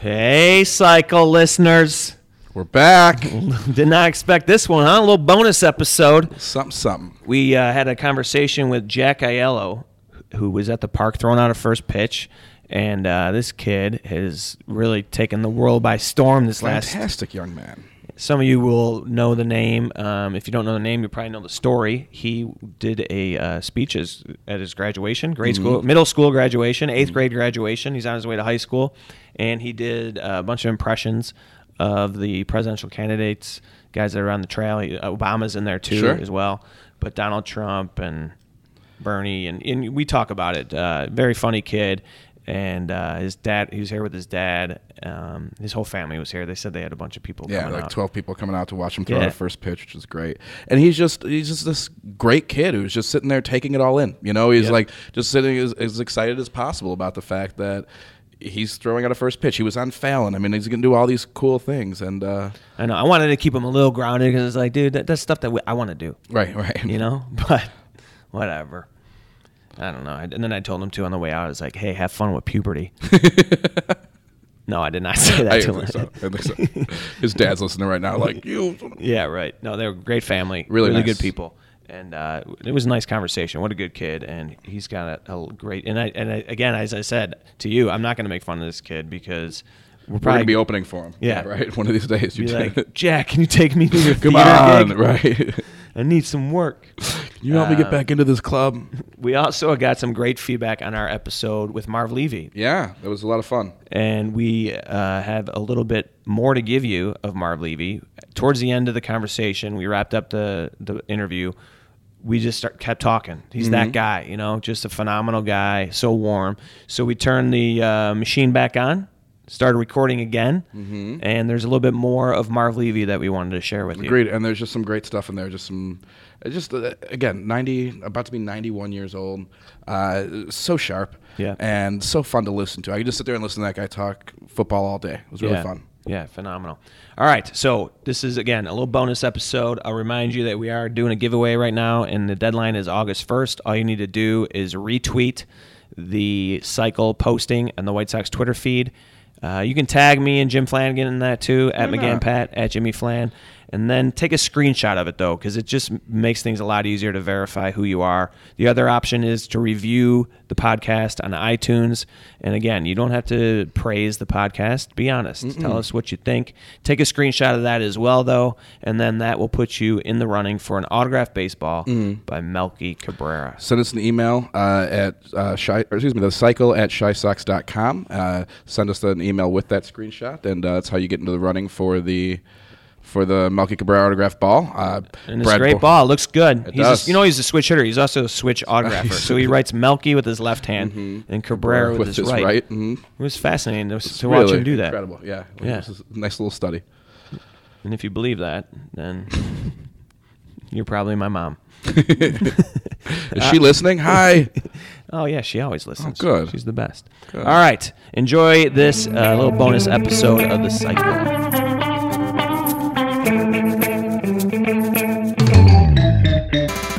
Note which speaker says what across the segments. Speaker 1: Hey, cycle listeners.
Speaker 2: We're back.
Speaker 1: Did not expect this one, huh? A little bonus episode.
Speaker 2: Something, something.
Speaker 1: We uh, had a conversation with Jack Aiello, who was at the park throwing out a first pitch. And uh, this kid has really taken the world by storm this last.
Speaker 2: Fantastic young man.
Speaker 1: Some of you will know the name. Um, if you don't know the name, you probably know the story. He did a uh, speech as, at his graduation, grade
Speaker 2: Mm-hmm.
Speaker 1: school, middle school graduation, 8th grade graduation. He's on his way to high school, and he did uh, a bunch of impressions of the presidential candidates, guys that are on the trail. He- uh, Obama's in there too
Speaker 2: Sure.
Speaker 1: as well, but Donald Trump and Bernie, and, and we talk about it. Uh, very funny kid. And uh, his dad, he was here with his dad. Um, his whole family was here. They said they had a bunch of people.
Speaker 2: Yeah,
Speaker 1: coming
Speaker 2: like
Speaker 1: out.
Speaker 2: twelve people coming out to watch him throw
Speaker 1: Yeah.
Speaker 2: the first pitch, which is great. And he's just he's just this great kid who's just sitting there taking it all in. You know, he's like just sitting as, as excited as possible about the fact that he's throwing out a first pitch. He was on Fallon. I mean, he's gonna do all these cool things. And uh,
Speaker 1: I know. I wanted to keep him a little grounded because it's like, dude, that, that's stuff that we, I want to do,
Speaker 2: right, right.
Speaker 1: you know. But whatever. I don't know. I- And then I told him to on the way out. I was like, hey, have fun with puberty. no, I did not say that
Speaker 2: I
Speaker 1: to
Speaker 2: think
Speaker 1: him.
Speaker 2: so. I think so. His dad's listening right now, like you.
Speaker 1: Yeah, right. No, they're a great family.
Speaker 2: Really nice.
Speaker 1: good people. And uh, it was a nice conversation. What a good kid, and he's got a, a great. And I and I, again, as I said to you, I'm not going to make fun of this kid because we're
Speaker 2: We're gonna
Speaker 1: probably
Speaker 2: be opening for him.
Speaker 1: Yeah.
Speaker 2: right. One of these days, you
Speaker 1: be
Speaker 2: take
Speaker 1: like,
Speaker 2: it.
Speaker 1: Jack, can you take me to your
Speaker 2: Come
Speaker 1: theater
Speaker 2: on,
Speaker 1: gig?
Speaker 2: right?
Speaker 1: I need some work.
Speaker 2: you help me
Speaker 1: Uh,
Speaker 2: get back into this club.
Speaker 1: We also got some great feedback on our episode with Marv Levy,
Speaker 2: Yeah, it was a lot of fun.
Speaker 1: and we uh, have a little bit more to give you of Marv Levy. Towards the end of the conversation, we wrapped up the the interview. We just start, kept talking. He's that guy, you know, just a phenomenal guy, so warm. So we turned the uh, machine back on, started recording again, and there's a little bit more of Marv Levy that we wanted to share with you.
Speaker 2: Agreed. And there's just some great stuff in there. Just some, uh, just uh, again, 90, about to be 91 years old. Uh, so sharp.
Speaker 1: Yeah.
Speaker 2: And so fun to listen to. I could just sit there and listen to that guy talk football all day. It was really
Speaker 1: yeah.
Speaker 2: fun.
Speaker 1: Yeah, phenomenal. All right, so this is again a little bonus episode. I'll remind you that we are doing a giveaway right now, and the deadline is August first. All you need to do is retweet the cycle posting on the White Sox Twitter feed. Uh, you can tag me and Jim Flanagan in that too, at McGann Pat, at Jimmy Flan, and then take a screenshot of it though, because it just makes things a lot easier to verify who you are. The other option is to review the podcast on iTunes. And again, you don't have to praise the podcast. Be honest. Tell us what you think. Take a screenshot of that as well, though, and then that will put you in the running for an autographed baseball by Melky Cabrera.
Speaker 2: Send us an email uh, at uh, shy, or excuse me, the cycle at shysox.com. Uh, send us an email with that screenshot, and uh, that's how you get into the running for the for the Melky Cabrera autograph ball. Uh,
Speaker 1: And it's
Speaker 2: Brad
Speaker 1: a great
Speaker 2: Bo-
Speaker 1: ball. It looks good. he's a-
Speaker 2: does.
Speaker 1: you know, he's a switch hitter. He's also a switch autographer. so he writes Melky with his left hand and Cabrera Mm-hmm. with, his, right.
Speaker 2: mhm.
Speaker 1: It was fascinating to, to
Speaker 2: Really
Speaker 1: watch him do that.
Speaker 2: Incredible. Yeah.
Speaker 1: Yeah.
Speaker 2: This is a nice little study.
Speaker 1: And if you believe that, then you're probably my mom.
Speaker 2: Is
Speaker 1: Uh,
Speaker 2: she listening? Hi.
Speaker 1: Oh yeah, she always listens.
Speaker 2: good.
Speaker 1: She's the best. All right, enjoy this uh, little bonus episode of the cycle.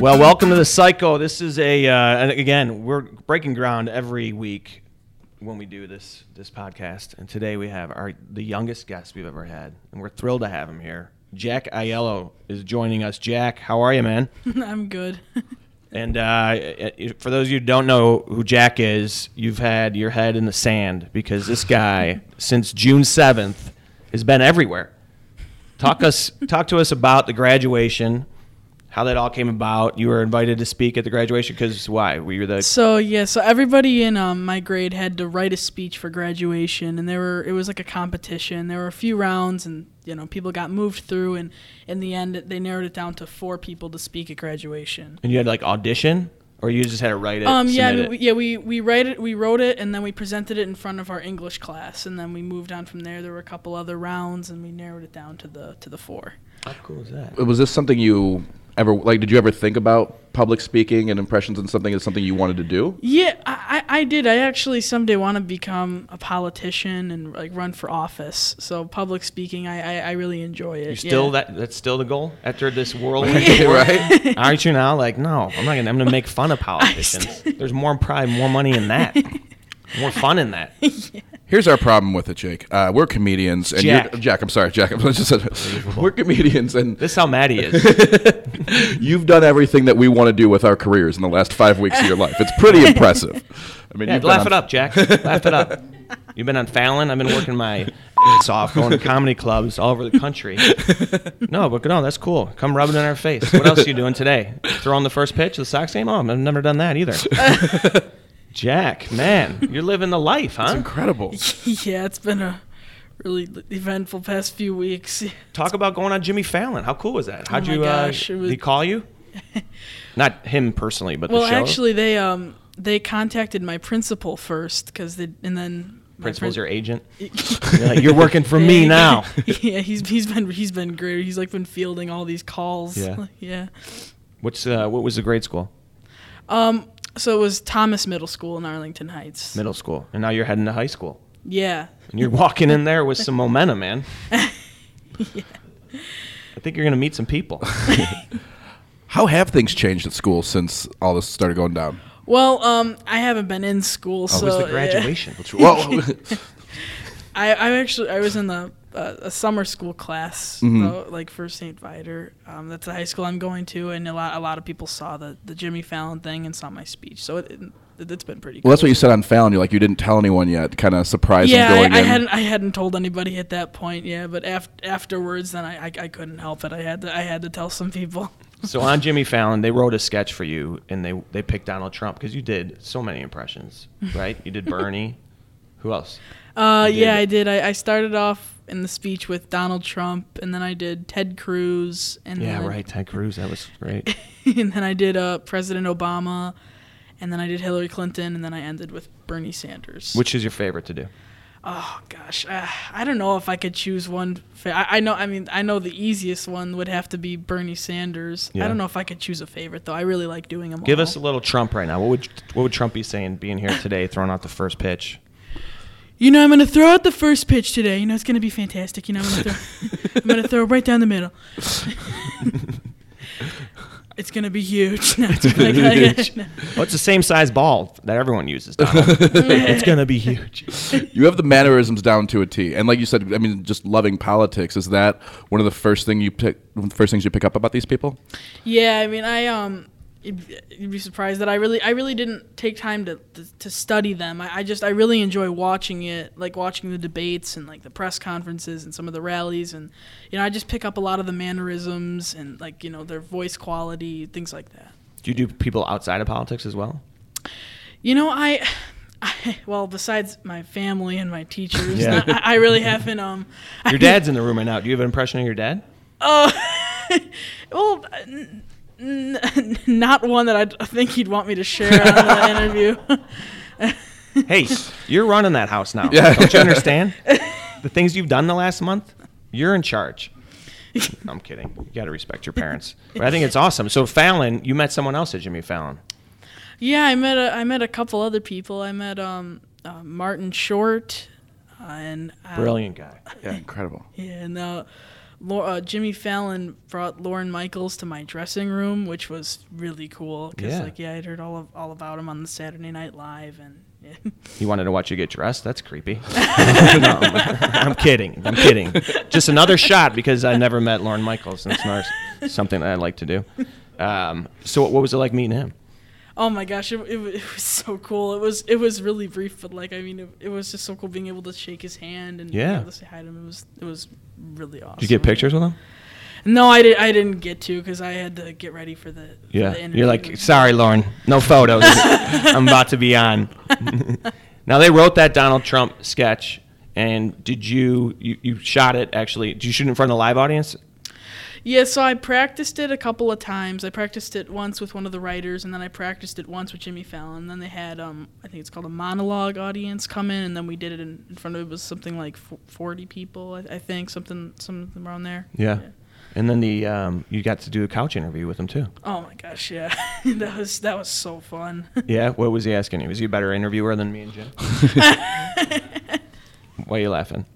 Speaker 1: Well, welcome to the cycle. This is a, uh, and again, we're breaking ground every week when we do this this podcast, and today we have our the youngest guest we've ever had, and we're thrilled to have him here. Jack Aiello is joining us. Jack, how are you, man?
Speaker 3: I'm good.
Speaker 1: And uh, i- i- for those of you who don't know who Jack is, you've had your head in the sand because this guy, since June 7th, has been everywhere. Talk us, talk to us about the graduation, how that all came about. You were invited to speak at the graduation because why? We were the
Speaker 3: so yeah, so everybody in um, my grade had to write a speech for graduation, and there were it was like a competition. There were a few rounds, and you know people got moved through, and in the end they narrowed it down to four people to speak at graduation.
Speaker 1: and you had like audition, or you just had to write it.
Speaker 3: Um yeah I
Speaker 1: submit
Speaker 3: mean,
Speaker 1: it?
Speaker 3: we, yeah we we write it we wrote it and then we presented it in front of our English class, and then we moved on from there. There were a couple other rounds, and we narrowed it down to the to the four.
Speaker 1: how cool is that?
Speaker 2: was this something you ever like did you ever think about public speaking and impressions and something is something you wanted to do
Speaker 3: Yeah, I, I I did. I actually someday want to become a politician and like run for office. So public speaking, I, I, I really enjoy it.
Speaker 1: You still
Speaker 3: yeah.
Speaker 1: that? That's still the goal after this world.
Speaker 2: right
Speaker 1: Aren't you now? Like, no, I'm not gonna. I'm gonna make fun of politicians. There's more, probably more money in that. More fun in that.
Speaker 2: Here's our problem with it, Jake. Uh, we're comedians, and
Speaker 1: Jack.
Speaker 2: you're Jack. I'm sorry, Jack. I'm just we're comedians, and
Speaker 1: This is how mad he is.
Speaker 2: you've done everything that we want to do with our careers in the last five weeks of your life. It's pretty impressive. I mean,
Speaker 1: Yeah,
Speaker 2: you've been
Speaker 1: laugh
Speaker 2: on-
Speaker 1: it up, Jack. laugh it up. You've been on Fallon. I've been working my ass off, going to comedy clubs all over the country. No, but no, that's cool. Come rub it in our face. What else are you doing today? Throwing the first pitch of the Sox game? Oh, I've never done that either. Jack, man, you're living the life, huh?
Speaker 2: It's incredible.
Speaker 3: yeah, it's been a really eventful past few weeks.
Speaker 1: Talk about going on Jimmy Fallon. How cool was that? How'd
Speaker 3: Oh my
Speaker 1: you?
Speaker 3: gosh,
Speaker 1: uh,
Speaker 3: it was-
Speaker 1: Did he call you? Not him personally, but
Speaker 3: Well,
Speaker 1: the show.
Speaker 3: actually, they um they contacted my principal first because they and then my
Speaker 1: principal's
Speaker 3: prin-
Speaker 1: your agent. You're, like, "You're working for me now.
Speaker 3: yeah, he's he's been he's been great. He's like been fielding all these calls.
Speaker 1: Yeah.
Speaker 3: yeah.
Speaker 1: What's uh, what was the grade school?
Speaker 3: Um, so it was Thomas Middle School in Arlington Heights.
Speaker 1: Middle school, and now you're heading to high school,
Speaker 3: yeah,
Speaker 1: and you're walking in there with some momentum, man. I think you're gonna meet some people.
Speaker 2: How have things changed at school since all this started going down?
Speaker 3: Well, um, I haven't been in school,
Speaker 1: What
Speaker 3: so
Speaker 1: Oh, was
Speaker 3: uh,
Speaker 1: the graduation?
Speaker 2: Well,
Speaker 3: I, I actually I was in the uh, a summer school class, though, like for St. Vider. Um, that's the high school I'm going to, and a lot a lot of people saw the, the Jimmy Fallon thing and saw my speech, so it, it it's been pretty.
Speaker 2: well, that's what you said on Fallon. You're like you didn't tell anyone yet. Kind of surprised
Speaker 3: yeah,
Speaker 2: him going
Speaker 3: I, I
Speaker 2: in.
Speaker 3: hadn't I hadn't told anybody at that point. Yeah, but after afterwards, then I, I I couldn't help it. I had to I had to tell some people.
Speaker 1: so on Jimmy Fallon, they wrote a sketch for you, and they they picked Donald Trump because you did so many impressions, right? You did Bernie. Who else?
Speaker 3: Uh,
Speaker 1: You
Speaker 3: yeah,
Speaker 1: did.
Speaker 3: I did. I, I started off in the speech with Donald Trump, and then I did Ted Cruz, and
Speaker 1: Yeah,
Speaker 3: then,
Speaker 1: right. Ted Cruz. That was great.
Speaker 3: and then I did uh, President Obama, and then I did Hillary Clinton, and then I ended with Bernie Sanders.
Speaker 1: Which is your favorite to do?
Speaker 3: oh gosh, uh, I don't know if I could choose one. Fa- I, I know. I mean, I know the easiest one would have to be Bernie Sanders.
Speaker 1: Yeah.
Speaker 3: I don't know if I could choose a favorite though. I really like doing them.
Speaker 1: Give
Speaker 3: all.
Speaker 1: us a little Trump right now. What would what would Trump be saying being here today, throwing out the first pitch?
Speaker 3: You know, I'm gonna throw out the first pitch today. You know, it's gonna be fantastic. You know, I'm gonna throw, I'm gonna throw right down the middle. it's gonna be huge. No, it's gonna- no.
Speaker 1: Well, it's the same size ball that everyone uses. Donald.
Speaker 3: oh,
Speaker 1: it's gonna be huge.
Speaker 2: You have the mannerisms down to a T, and like you said, I mean, just loving politics is that one of the first thing you pick, one of the first things you pick up about these people?
Speaker 3: Yeah, I mean, I um, you'd, you'd be surprised that I really, I really didn't take time to to, to study them. I, I just, I really enjoy watching it, like watching the debates and like the press conferences and some of the rallies, and you know, I just pick up a lot of the mannerisms and like you know their voice quality, things like that.
Speaker 1: Do you do people outside of politics as well?
Speaker 3: You know, I, I well, besides my family and my teachers,
Speaker 1: Yeah.
Speaker 3: I, I really haven't. Um,
Speaker 1: Your dad's in the room right now. Do you have an impression of your dad?
Speaker 3: Uh, well, n- n- not one that I think he'd want me to share on the interview.
Speaker 1: Hey, you're running that house now. Don't you understand? The things you've done the last month, you're in charge. No, I'm kidding. You got to respect your parents. But I think it's awesome. So Fallon, you met someone else at Jimmy Fallon.
Speaker 3: yeah, I met a I met a couple other people. I met um uh, Martin Short, uh, and uh,
Speaker 1: Brilliant guy.
Speaker 2: Yeah, incredible.
Speaker 3: yeah, and uh, Lau- uh, Jimmy Fallon brought Lauren Michaels to my dressing room, which was really cool. Cause
Speaker 1: Yeah.
Speaker 3: like yeah, I'd heard all of, all about him on the Saturday Night Live, and yeah.
Speaker 1: He wanted to watch you get dressed. That's creepy. No, I'm, I'm kidding. I'm kidding. Just another shot because I never met Lauren Michaels, and it's not something that I like to do. Um, so, what was it like meeting him?
Speaker 3: Oh my gosh, it, it, wa- it was so cool. It was it was really brief, but like I mean, it, it was just so cool being able to shake his hand and
Speaker 1: Yeah.
Speaker 3: being able to say hi to him. It was it was really awesome.
Speaker 1: Did you get pictures with him?
Speaker 3: No, I did. I didn't get to because I had to get ready for the for
Speaker 1: Yeah.
Speaker 3: the
Speaker 1: You're like,
Speaker 3: interview.
Speaker 1: sorry, Lauren, no photos. I'm about to be on. now they wrote that Donald Trump sketch, and did you you, you shot it actually? Did you shoot it in front of a live audience?
Speaker 3: yeah. So I practiced it a couple of times. I practiced it once with one of the writers, and then I practiced it once with Jimmy Fallon. Then they had um I think it's called a monologue audience come in, and then we did it in, in front of it was something like fo- forty people, I, I think something something around there.
Speaker 1: yeah. And then the um, you got to do a couch interview with him too.
Speaker 3: Oh my gosh, yeah, that was that was so fun.
Speaker 1: Yeah, what was he asking you? Was he a better interviewer than me and Jim? Why are you laughing?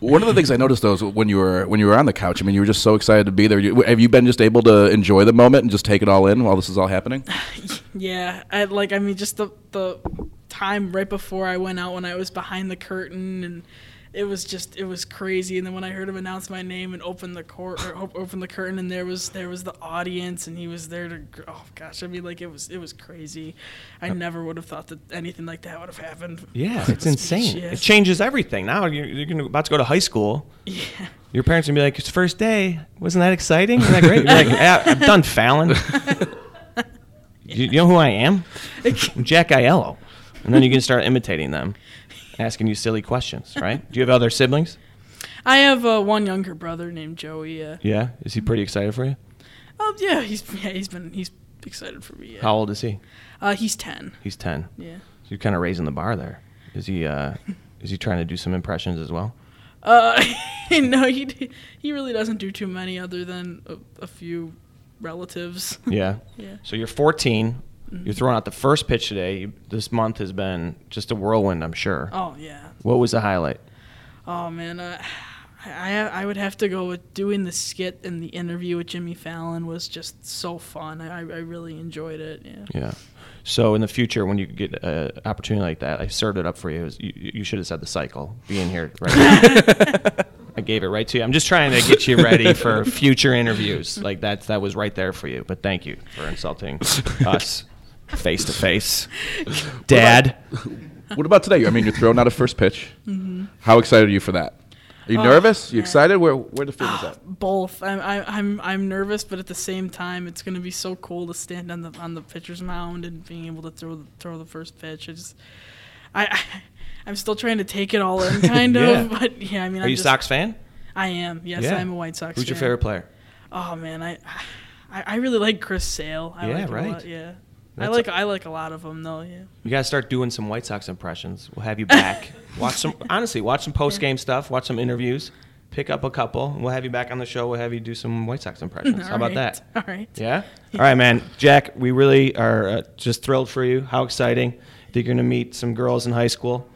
Speaker 2: One of the things I noticed though is when you were when you were on the couch. I mean, you were just so excited to be there. You, have you been just able to enjoy the moment and just take it all in while this is all happening?
Speaker 3: yeah, I like I mean just the the time right before I went out when I was behind the curtain and it was just it was crazy and then when I heard him announce my name and open the court or op- open the curtain and there was there was the audience and he was there to gr- oh gosh I mean like it was it was crazy I never would have thought that anything like that would have happened
Speaker 1: Yeah,
Speaker 3: From
Speaker 1: it's
Speaker 3: the
Speaker 1: insane.
Speaker 3: speech, yeah.
Speaker 1: It changes everything. Now you're, you're gonna, about to go to high school. Yeah. Your parents gonna be like, "It's first day. Wasn't that exciting? Isn't that great?" You're like, yeah, "I'm done, Fallon. you, you know who I am? I'm Jack Aiello." And then you can start imitating them, asking you silly questions. Right? Do you have other siblings?
Speaker 3: I have uh, one younger brother named Joey uh,
Speaker 1: Yeah. Is he pretty excited for you?
Speaker 3: oh yeah he's yeah he's been he's excited for me yeah
Speaker 1: How old is he?
Speaker 3: uh, he's 10
Speaker 1: He's ten.
Speaker 3: yeah
Speaker 1: So you're kind of raising the bar there. Is he? Uh, is he trying to do some impressions as well?
Speaker 3: Uh, no, he d- he really doesn't do too many other than a, a few relatives.
Speaker 1: Yeah.
Speaker 3: Yeah.
Speaker 1: So you're 14.
Speaker 3: Mm-hmm.
Speaker 1: You're throwing out the first pitch today. You- This month has been just a whirlwind, I'm sure.
Speaker 3: oh yeah.
Speaker 1: What was the highlight?
Speaker 3: Oh man, uh, I I would have to go with doing the skit and the interview with Jimmy Fallon was just so fun. I I really enjoyed it. Yeah.
Speaker 1: Yeah. So in the future, when you get an opportunity like that, I served it up for you. It was- you. You should have said the cycle. Being here, right? now. I gave it right to you. I'm just trying to get you ready for future interviews. Like that, that was right there for you. But thank you for insulting us face to face, Dad.
Speaker 2: What about today? I mean, you're throwing out a first pitch. How excited are you for that? Are you nervous? You excited? Where where the feelings at?
Speaker 3: Both. I'm I, I'm I'm nervous, but at the same time, it's gonna be so cool to stand on the on the pitcher's mound and being able to throw the, throw the first pitch. I just I. I I'm still trying to take it all in, kind of.
Speaker 1: Yeah.
Speaker 3: But yeah, I mean,
Speaker 1: Are
Speaker 3: I'm
Speaker 1: you
Speaker 3: just,
Speaker 1: Sox fan?
Speaker 3: I am. Yes,
Speaker 1: Yeah.
Speaker 3: I'm a White Sox.
Speaker 1: Who's your
Speaker 3: fan.
Speaker 1: favorite player?
Speaker 3: Oh man, I, I, I really like Chris Sale. I
Speaker 1: Yeah,
Speaker 3: like him a
Speaker 1: right.
Speaker 3: lot, yeah, I
Speaker 1: That's
Speaker 3: like I like a lot of them though. Yeah.
Speaker 1: You gotta start doing some White Sox impressions. We'll have you back. watch some honestly, watch some post game stuff, watch some interviews, pick up a couple, and we'll have you back on the show. We'll have you do some White Sox impressions. How
Speaker 3: All
Speaker 1: about
Speaker 3: right.
Speaker 1: that?
Speaker 3: All right.
Speaker 1: Yeah. All right, man. Jack, we really are uh, just thrilled for you. How exciting! Think you're gonna meet some girls in high school.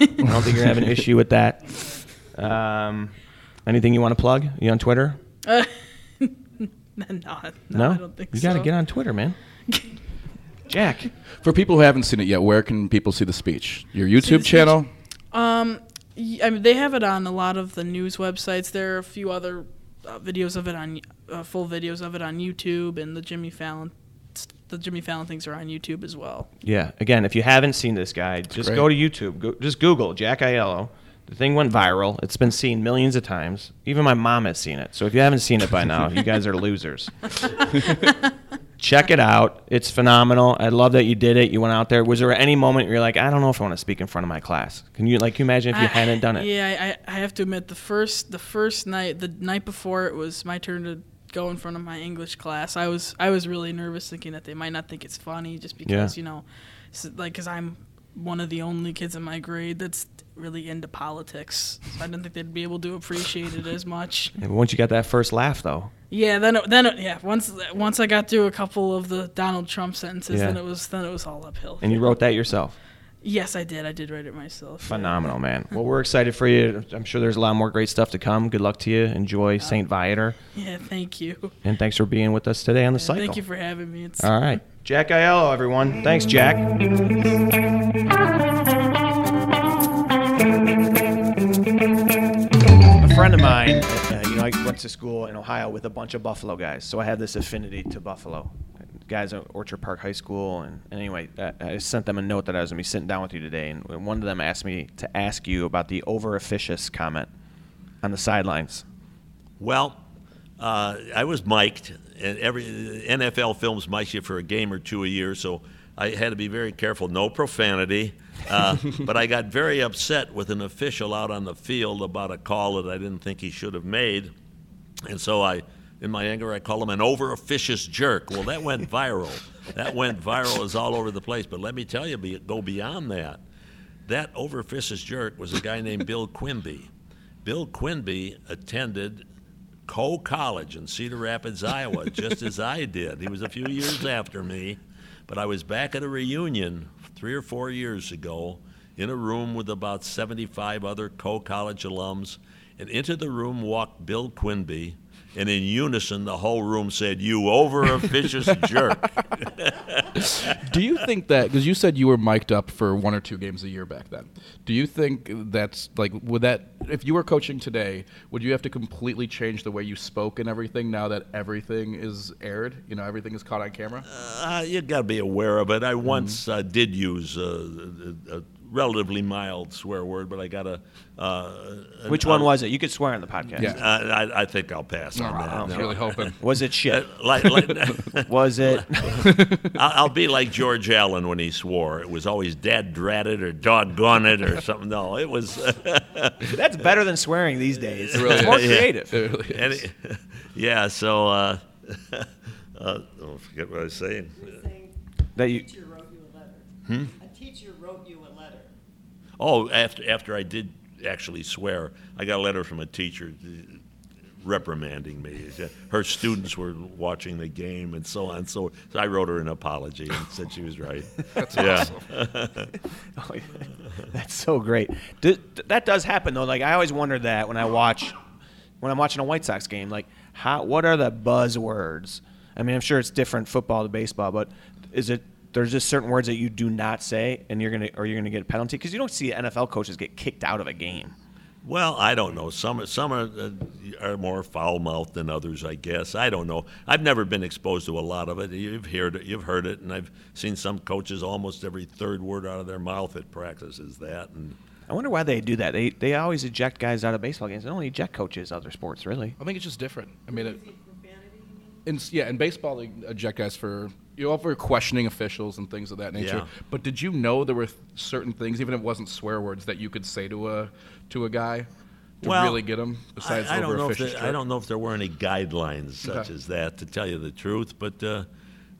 Speaker 1: I don't think you're gonna have an issue with that. Um, anything you want to plug? You on Twitter?
Speaker 3: Uh, no, no, I don't think
Speaker 1: you
Speaker 3: so.
Speaker 1: gotta get on Twitter, man. Jack.
Speaker 2: For people who haven't seen it yet, where can people see the speech? Your YouTube
Speaker 3: speech?
Speaker 2: channel.
Speaker 3: Um, y- I mean, they have it on a lot of the news websites. There are a few other uh, videos of it on uh, full videos of it on YouTube, and the Jimmy Fallon, the Jimmy Fallon things are on YouTube as well.
Speaker 1: Yeah. Again, if you haven't seen this guy, just
Speaker 2: great.
Speaker 1: go to YouTube. Go, just Google Jack Aiello. The thing went viral. It's been seen millions of times. Even my mom has seen it. So if you haven't seen it by now, you guys are losers. Check it out. It's phenomenal. I love that you did it. You went out there. Was there any moment you're like, I don't know if I want to speak in front of my class? Can you like can you imagine if you
Speaker 3: I-
Speaker 1: hadn't done it?
Speaker 3: Yeah, I- I, I have to admit the first the first night the night before it was my turn to go in front of my English class. I was I was really nervous thinking that they might not think it's funny just because
Speaker 1: Yeah.
Speaker 3: you know, s like because I'm one of the only kids in my grade that's really into politics. So I didn't think they'd be able to appreciate it as much.
Speaker 1: And once you got that first laugh, though,
Speaker 3: Yeah, then it, then it, yeah once once I got through a couple of the Donald Trump sentences,
Speaker 1: Yeah.
Speaker 3: then it was then it was all uphill.
Speaker 1: and you wrote that yourself.
Speaker 3: yes, I did. I did write it myself.
Speaker 1: Phenomenal, man. Well, we're excited for you. I'm sure there's a lot more great stuff to come. Good luck to you. Enjoy St. Viator.
Speaker 3: Yeah, thank you.
Speaker 1: And thanks for being with us today on the cycle.
Speaker 3: Thank you for having me. It's
Speaker 1: All right. Jack Aiello, everyone. Thanks, Jack. a friend of mine, uh, you know, I went to school in Ohio with a bunch of Buffalo guys, so I have this affinity to Buffalo. Guys at Orchard Park High School, and, and anyway, I, I sent them a note that I was gonna be sitting down with you today, and one of them asked me to ask you about the over officious comment on the sidelines.
Speaker 4: Well, uh, I was mic'd, and every NFL films mic you for a game or two a year, so I had to be very careful. No profanity. Uh, but I got very upset with an official out on the field about a call that I didn't think he should have made. And so I, in my anger, I call him an over officious jerk. Well, that went viral. that went viral is all over the place. But let me tell you, be, go beyond that. That over officious jerk was a guy named Bill Quimby. Bill Quimby attended Coe College in Cedar Rapids, Iowa, just as I did. He was a few years after me, but I was back at a reunion three or four years ago in a room with about 75 other Coe College alums, and into the room walked Bill Quinby, and in unison, the whole room said, "You over officious jerk."
Speaker 2: Do you think that because you said you were mic'd up for one or two games a year back then? Do you think that's like would that if you were coaching today, would you have to completely change the way you spoke and everything now that everything is aired? You know, everything is caught on camera.
Speaker 4: Uh, you got to be aware of it.
Speaker 1: Mm-hmm.
Speaker 4: I once uh, did use a, a, a relatively mild swear word, but I got a. Uh, an-
Speaker 1: Which one was it? You could swear on the podcast.
Speaker 4: Uh, I, I think I'll pass on that.
Speaker 2: I was really hoping.
Speaker 1: Was it shit?
Speaker 4: Like, like,
Speaker 1: Was it?
Speaker 4: I'll I'll be like George Allen when he swore. It was always "dad drat it" or "doggone it" or something. No, it was.
Speaker 1: That's better than swearing these days.
Speaker 2: really
Speaker 1: it's more
Speaker 4: is.
Speaker 1: creative.
Speaker 2: It really is.
Speaker 4: any, yeah. So, uh, uh, oh, I forget what I was saying.
Speaker 1: That
Speaker 5: A
Speaker 1: you, Hmm?
Speaker 5: teacher wrote you a letter. A teacher wrote you a letter.
Speaker 4: Oh, after after I did actually swear, I got a letter from a teacher uh, reprimanding me. Her students were watching the game and so on. So, so I wrote her an apology and said she was right. That's yeah.
Speaker 1: Oh, yeah. That's so great. Do, th- that does happen though. Like I always wonder that when I watch, when I'm watching a White Sox game, like how what are the buzzwords? I mean, I'm sure it's different football to baseball, but is it there's just certain words that you do not say, and you're gonna or you're gonna get a penalty because you don't see NFL coaches get kicked out of a game.
Speaker 4: Well, I don't know. Some are- some are, uh, are more foul mouthed than others, I guess. I don't know. I've never been exposed to a lot of it. You've heard it, you've heard it, and I've seen some coaches almost every third word out of their mouth at practice is that. And
Speaker 1: I wonder why they do that. They they always eject guys out of baseball games. They don't eject coaches other sports really.
Speaker 2: I think it's just different. I
Speaker 1: Uh,
Speaker 2: mean, it,
Speaker 5: Is it profanity, you mean?
Speaker 2: in, yeah, in baseball, they eject guys for you know for questioning officials and things of that nature.
Speaker 4: Yeah.
Speaker 2: But did you know there were th- certain things, even if it wasn't swear words, that you could say to a to a guy to
Speaker 4: Well,
Speaker 2: really get him? Besides,
Speaker 4: I, I
Speaker 2: over
Speaker 4: don't know if
Speaker 2: officious
Speaker 4: there, I
Speaker 2: jerk?
Speaker 4: don't know if there were any guidelines such
Speaker 2: Okay.
Speaker 4: as that to tell you the truth, but. Uh,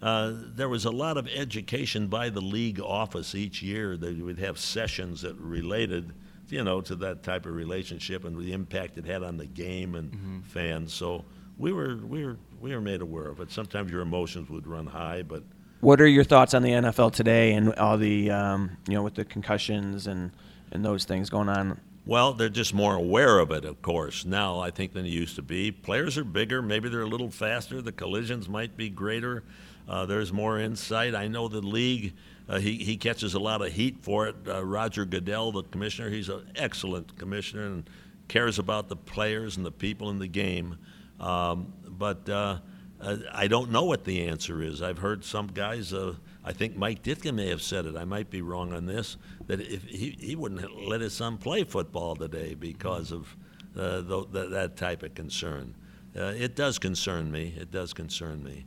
Speaker 4: uh, there was a lot of education by the league office each year. They would have sessions that related, you know, to that type of relationship and the impact it had on the game and
Speaker 2: Mm-hmm.
Speaker 4: fans. So we were we were we were made aware of it. Sometimes your emotions would run high, but
Speaker 1: What are your thoughts on the NFL today and all the um, you know with the concussions and and those things going on?
Speaker 4: Well, they're just more aware of it, of course, now, I think, than they used to be. Players are bigger. Maybe they're a little faster. The collisions might be greater. Uh, there's more insight. I know the league, uh, he, he catches a lot of heat for it. Uh, Roger Goodell, the commissioner, he's an excellent commissioner and cares about the players and the people in the game. Um, but uh, uh, I don't know what the answer is. I've heard some guys, uh, I think Mike Ditka may have said it, I might be wrong on this, that if he, he wouldn't let his son play football today because of uh, tho- that that type of concern. Uh, it does concern me. It does concern me.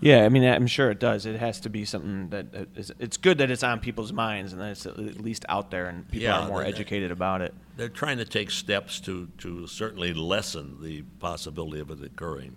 Speaker 1: Yeah, I mean, I'm sure it does. It has to be something that that is. It's good that it's on people's minds and that it's at least out there and people
Speaker 4: Yeah,
Speaker 1: are more
Speaker 4: that-
Speaker 1: educated about it.
Speaker 4: They're trying to take steps to, to certainly lessen the possibility of it occurring.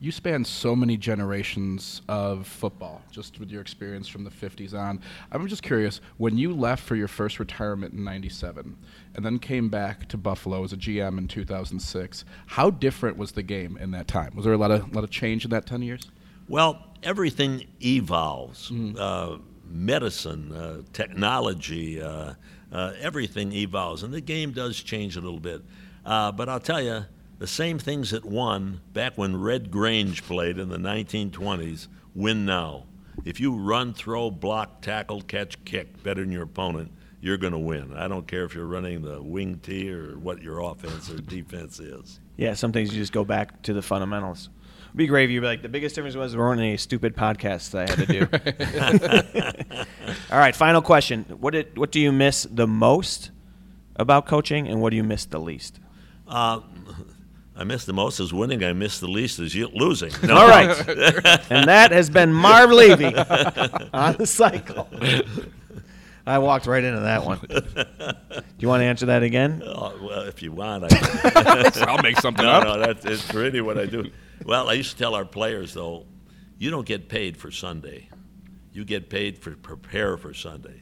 Speaker 2: You span so many generations of football, just with your experience from the 50s on. I'm just curious, when you left for your first retirement in 97 and then came back to Buffalo as a GM in 2006, how different was the game in that time? Was there a lot of, lot of change in that 10 years?
Speaker 4: Well, everything evolves. Uh, medicine, uh, technology, uh, uh, everything evolves, and the game does change a little bit. Uh, but I'll tell you, the same things that won back when Red Grange played in the 1920s win now. If you run, throw, block, tackle, catch, kick better than your opponent, you're going to win. I don't care if you're running the wing tee or what your offense or defense is.
Speaker 1: Yeah, some things you just go back to the fundamentals. It'd be great if you were like the biggest difference was there weren't any stupid podcasts that I had to do. All right, final question: What did what do you miss the most about coaching, and what do you miss the least?
Speaker 4: Uh, I miss the most is winning. I miss the least is you- losing. No.
Speaker 1: All right, and that has been Marv Levy on the cycle. I walked right into that one. Do you want to answer that again?
Speaker 4: Oh, well, if you want, I,
Speaker 2: I'll make something
Speaker 4: no, no, that's it's really what I do. Well, I used to tell our players though, you don't get paid for Sunday, you get paid for prepare for Sunday.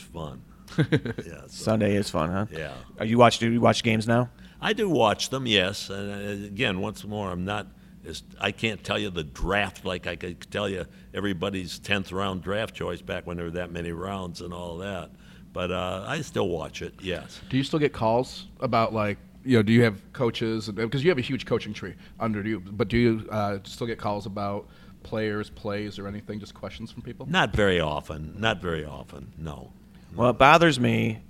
Speaker 4: fun. yeah, so,
Speaker 1: Sunday is fun, huh?
Speaker 4: yeah.
Speaker 1: Are you watch? Do you watch games now?
Speaker 4: I do watch them, yes. And uh, again, once more, I'm not. As, I can't tell you the draft like I could tell you everybody's tenth round draft choice back when there were that many rounds and all that. But uh, I still watch it, yes.
Speaker 2: Do you still get calls about, like, you know, do you have coaches? Because you have a huge coaching tree under you, but do you uh, still get calls about players, plays, or anything? Just questions from people.
Speaker 4: Not very often. Not very often. No.
Speaker 1: Well, it bothers me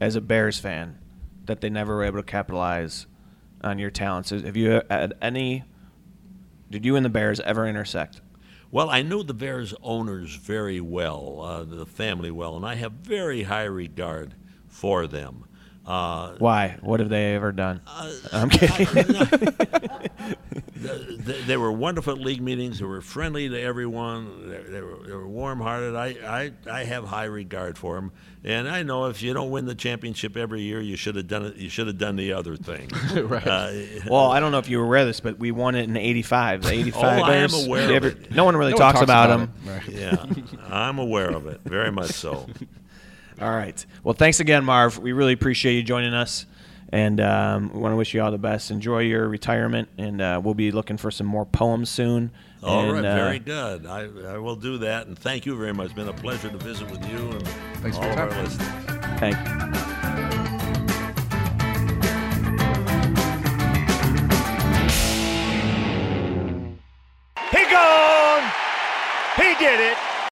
Speaker 1: as a Bears fan that they never were able to capitalize on your talents. Have you uh, had any? Did you and the Bears ever intersect?
Speaker 4: Well, I knew the Bears owners very well, uh, the family well, and I have very high regard for them. Uh,
Speaker 1: Why? What have they ever done? I'm kidding.
Speaker 4: th- Uh, they were wonderful at league meetings. They were friendly to everyone. They, they were, they were warm-hearted. I, I, I have high regard for them, and I know if you don't win the championship every year, you should have done it. You should have done the other thing.
Speaker 2: Right.
Speaker 4: Uh,
Speaker 1: well, I don't know if you were aware of this, but we won it in '85. The '85
Speaker 4: Oh, I am
Speaker 1: Bears.
Speaker 4: aware
Speaker 1: they
Speaker 4: of
Speaker 1: ever-
Speaker 4: it.
Speaker 1: no one really
Speaker 2: No one
Speaker 1: talks, about, them.
Speaker 2: it. Right.
Speaker 4: yeah, I'm aware of it very much so.
Speaker 1: All right. Well, thanks again, Marv. We really appreciate you joining us, and um, we want to wish you all the best. Enjoy your retirement, and uh, we'll be looking for some more poems soon.
Speaker 4: All right,
Speaker 1: And, uh,
Speaker 4: very good. I, I will do that, and thank you very much. It's been a pleasure to visit with you and
Speaker 2: Thanks for
Speaker 4: all
Speaker 2: your
Speaker 4: of
Speaker 2: time.
Speaker 4: our listeners.
Speaker 1: Thank you.
Speaker 6: He gone. He did it.